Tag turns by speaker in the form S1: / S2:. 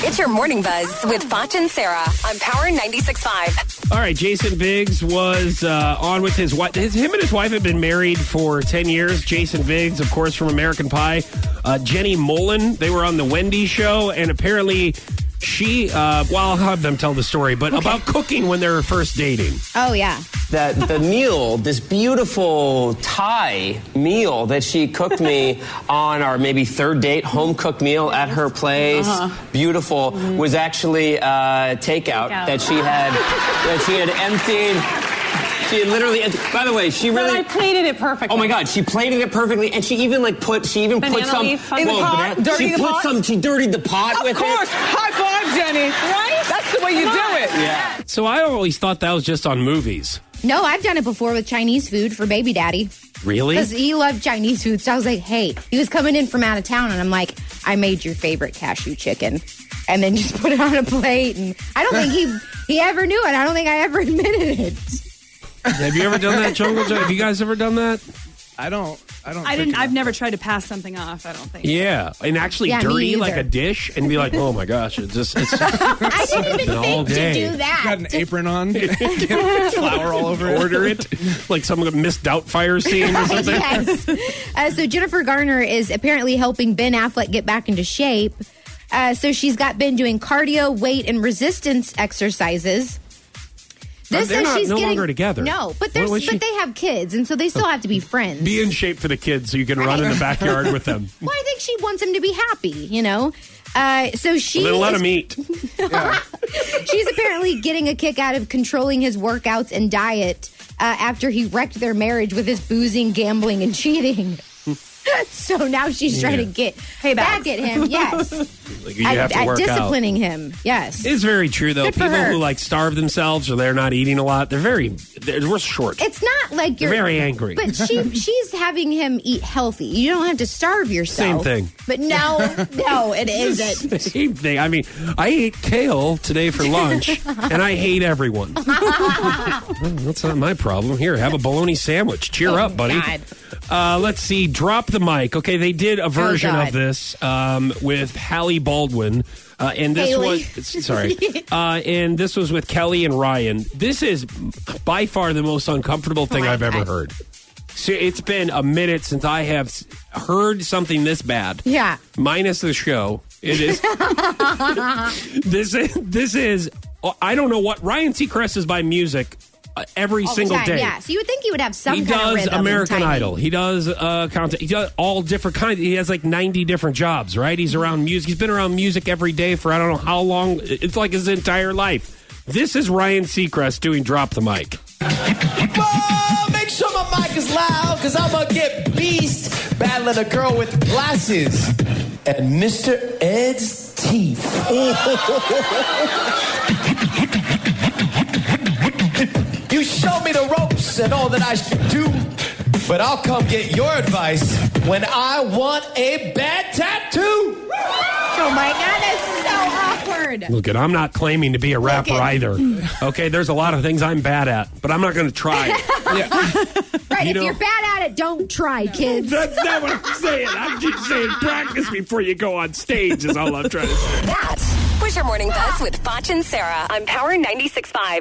S1: It's your morning buzz with Foch and Sarah on Power 96.5.
S2: All right, Jason Biggs was uh, on with his wife. His, him and his wife have been married for 10 years. Jason Biggs, of course, from American Pie. Uh, Jenny Mullen, they were on The Wendy Show, and apparently she, uh, well, I'll have them tell the story, but about cooking when they were first dating.
S3: Oh yeah.
S4: that the meal, this beautiful Thai meal that she cooked me on our maybe third date, home cooked meal at her place,
S5: Uh-huh.
S4: beautiful,
S5: Mm-hmm.
S4: was actually uh, takeout, that she had that she had emptied. She had literally. emptied- By the way, she really.
S6: I plated it perfectly.
S4: Oh my God, she plated it perfectly, and she even like put she even put
S6: Banana
S4: some
S6: leaf on In the
S4: Whoa,
S6: pot?
S4: banana-
S6: Dirty
S4: she
S6: the
S4: put
S6: pot?
S4: some. She dirtied the pot
S5: Of
S4: with
S5: course.
S4: it.
S5: High five, Jenny.
S6: Right?
S5: That's the way you
S6: Come
S5: do
S6: on.
S5: it.
S4: Yeah.
S2: So I always thought that was just on movies.
S3: No, I've done it before with Chinese food for baby daddy
S2: Really?
S3: because he loved Chinese food. So I was like, hey, he was coming in from out of town, and I'm like, I made your favorite cashew chicken, and then just put it on a plate. And I don't think he he ever knew it. I don't think I ever admitted it.
S2: Have you ever done that, Jungle Joe? Have you guys ever done that?
S7: I don't. I don't.
S6: I
S7: think
S6: didn't.
S7: about
S6: I've never tried to pass something off. I don't think.
S2: Yeah, and actually
S3: Yeah, me
S2: dirty
S3: either.
S2: like a dish, and be like, "Oh my gosh, it's just it's just
S3: I didn't even
S2: all
S3: think to
S2: day.
S3: do that.
S7: Got an apron on. Get flour all over it.
S2: order it like some missed Doubtfire scene or something."
S3: yes. Uh, so Jennifer Garner is apparently helping Ben Affleck get back into shape. Uh, so she's got Ben doing cardio, weight, and resistance exercises.
S2: They're
S3: says
S2: not-
S3: she's
S2: no
S3: getting-
S2: longer together.
S3: No, but there's
S2: What was
S3: but
S2: she- Oh.
S3: they have kids, and so they still have to be friends.
S2: Be in shape for the kids so you can run in the backyard with them.
S3: well, I think she wants him to be happy, you know. Uh, so she
S2: Then let
S3: is-
S2: them eat.
S3: She's apparently getting a kick out of controlling his workouts and diet uh, after he wrecked their marriage with his boozing, gambling, and cheating. so now she's trying to get
S6: Paybacks.
S3: back at him. Yes,
S2: Like, you
S3: at,
S2: have to
S3: at
S2: work out.
S3: disciplining him. Yes,
S2: It's very true though.
S3: Good for
S2: People
S3: her.
S2: who like starve themselves or they're not eating a lot, they're very they're, we're short.
S3: it's not like you're
S2: Very angry.
S3: but she she's having him eat healthy. You don't have to starve yourself.
S2: Same thing.
S3: But no, no, it isn't.
S2: Same thing. I mean, I ate kale today for lunch, and I hate everyone. Well, That's not my problem. Here, have a bologna sandwich. Cheer up, buddy.
S3: Oh God. Oh
S2: Uh, let's see. Drop the mic. Okay, they did a version
S3: God.
S2: of this um, with Hallie Baldwin, uh, and this
S3: Haley.
S2: was sorry, uh, and this was with Kelly and Ryan. This is by far the most uncomfortable thing
S3: my
S2: I've ever
S3: God.
S2: heard. So it's been a minute since I have s- heard something this bad
S3: Yeah.
S2: minus the show. It is this is this is I don't know what Ryan Seacrest is by music uh, every single
S3: Time,
S2: day.
S3: Yeah. So you would think he would have some
S2: He
S3: kind of
S2: does
S3: rhythm and
S2: American
S3: timing.
S2: Idol. He does uh, content. He does all different kinds. He has like ninety different jobs, right? He's around music. He's been around music every day for I don't know how long. It's like his entire life. This is Ryan Seacrest doing "Drop the Mic."
S8: Well, make sure my mic is loud, cause I'm gonna get beast battling a girl with glasses and Mr. Ed's teeth. you show me the ropes and all that I should do, but I'll come get your advice when I want a bad tattoo.
S3: Oh my god, that's so awkward.
S2: Look, and I'm not claiming to be a rapper
S3: at-
S2: either. Okay, there's a lot of things I'm bad at, but I'm not going to try.
S3: Right,
S2: You
S3: if
S2: know-
S3: you're bad at it, don't try, kids.
S2: That's not what I'm saying. I'm just saying practice before you go on stage is all I'm trying to say.
S1: That was your morning buzz with Foch and Sarah on Power 96.5.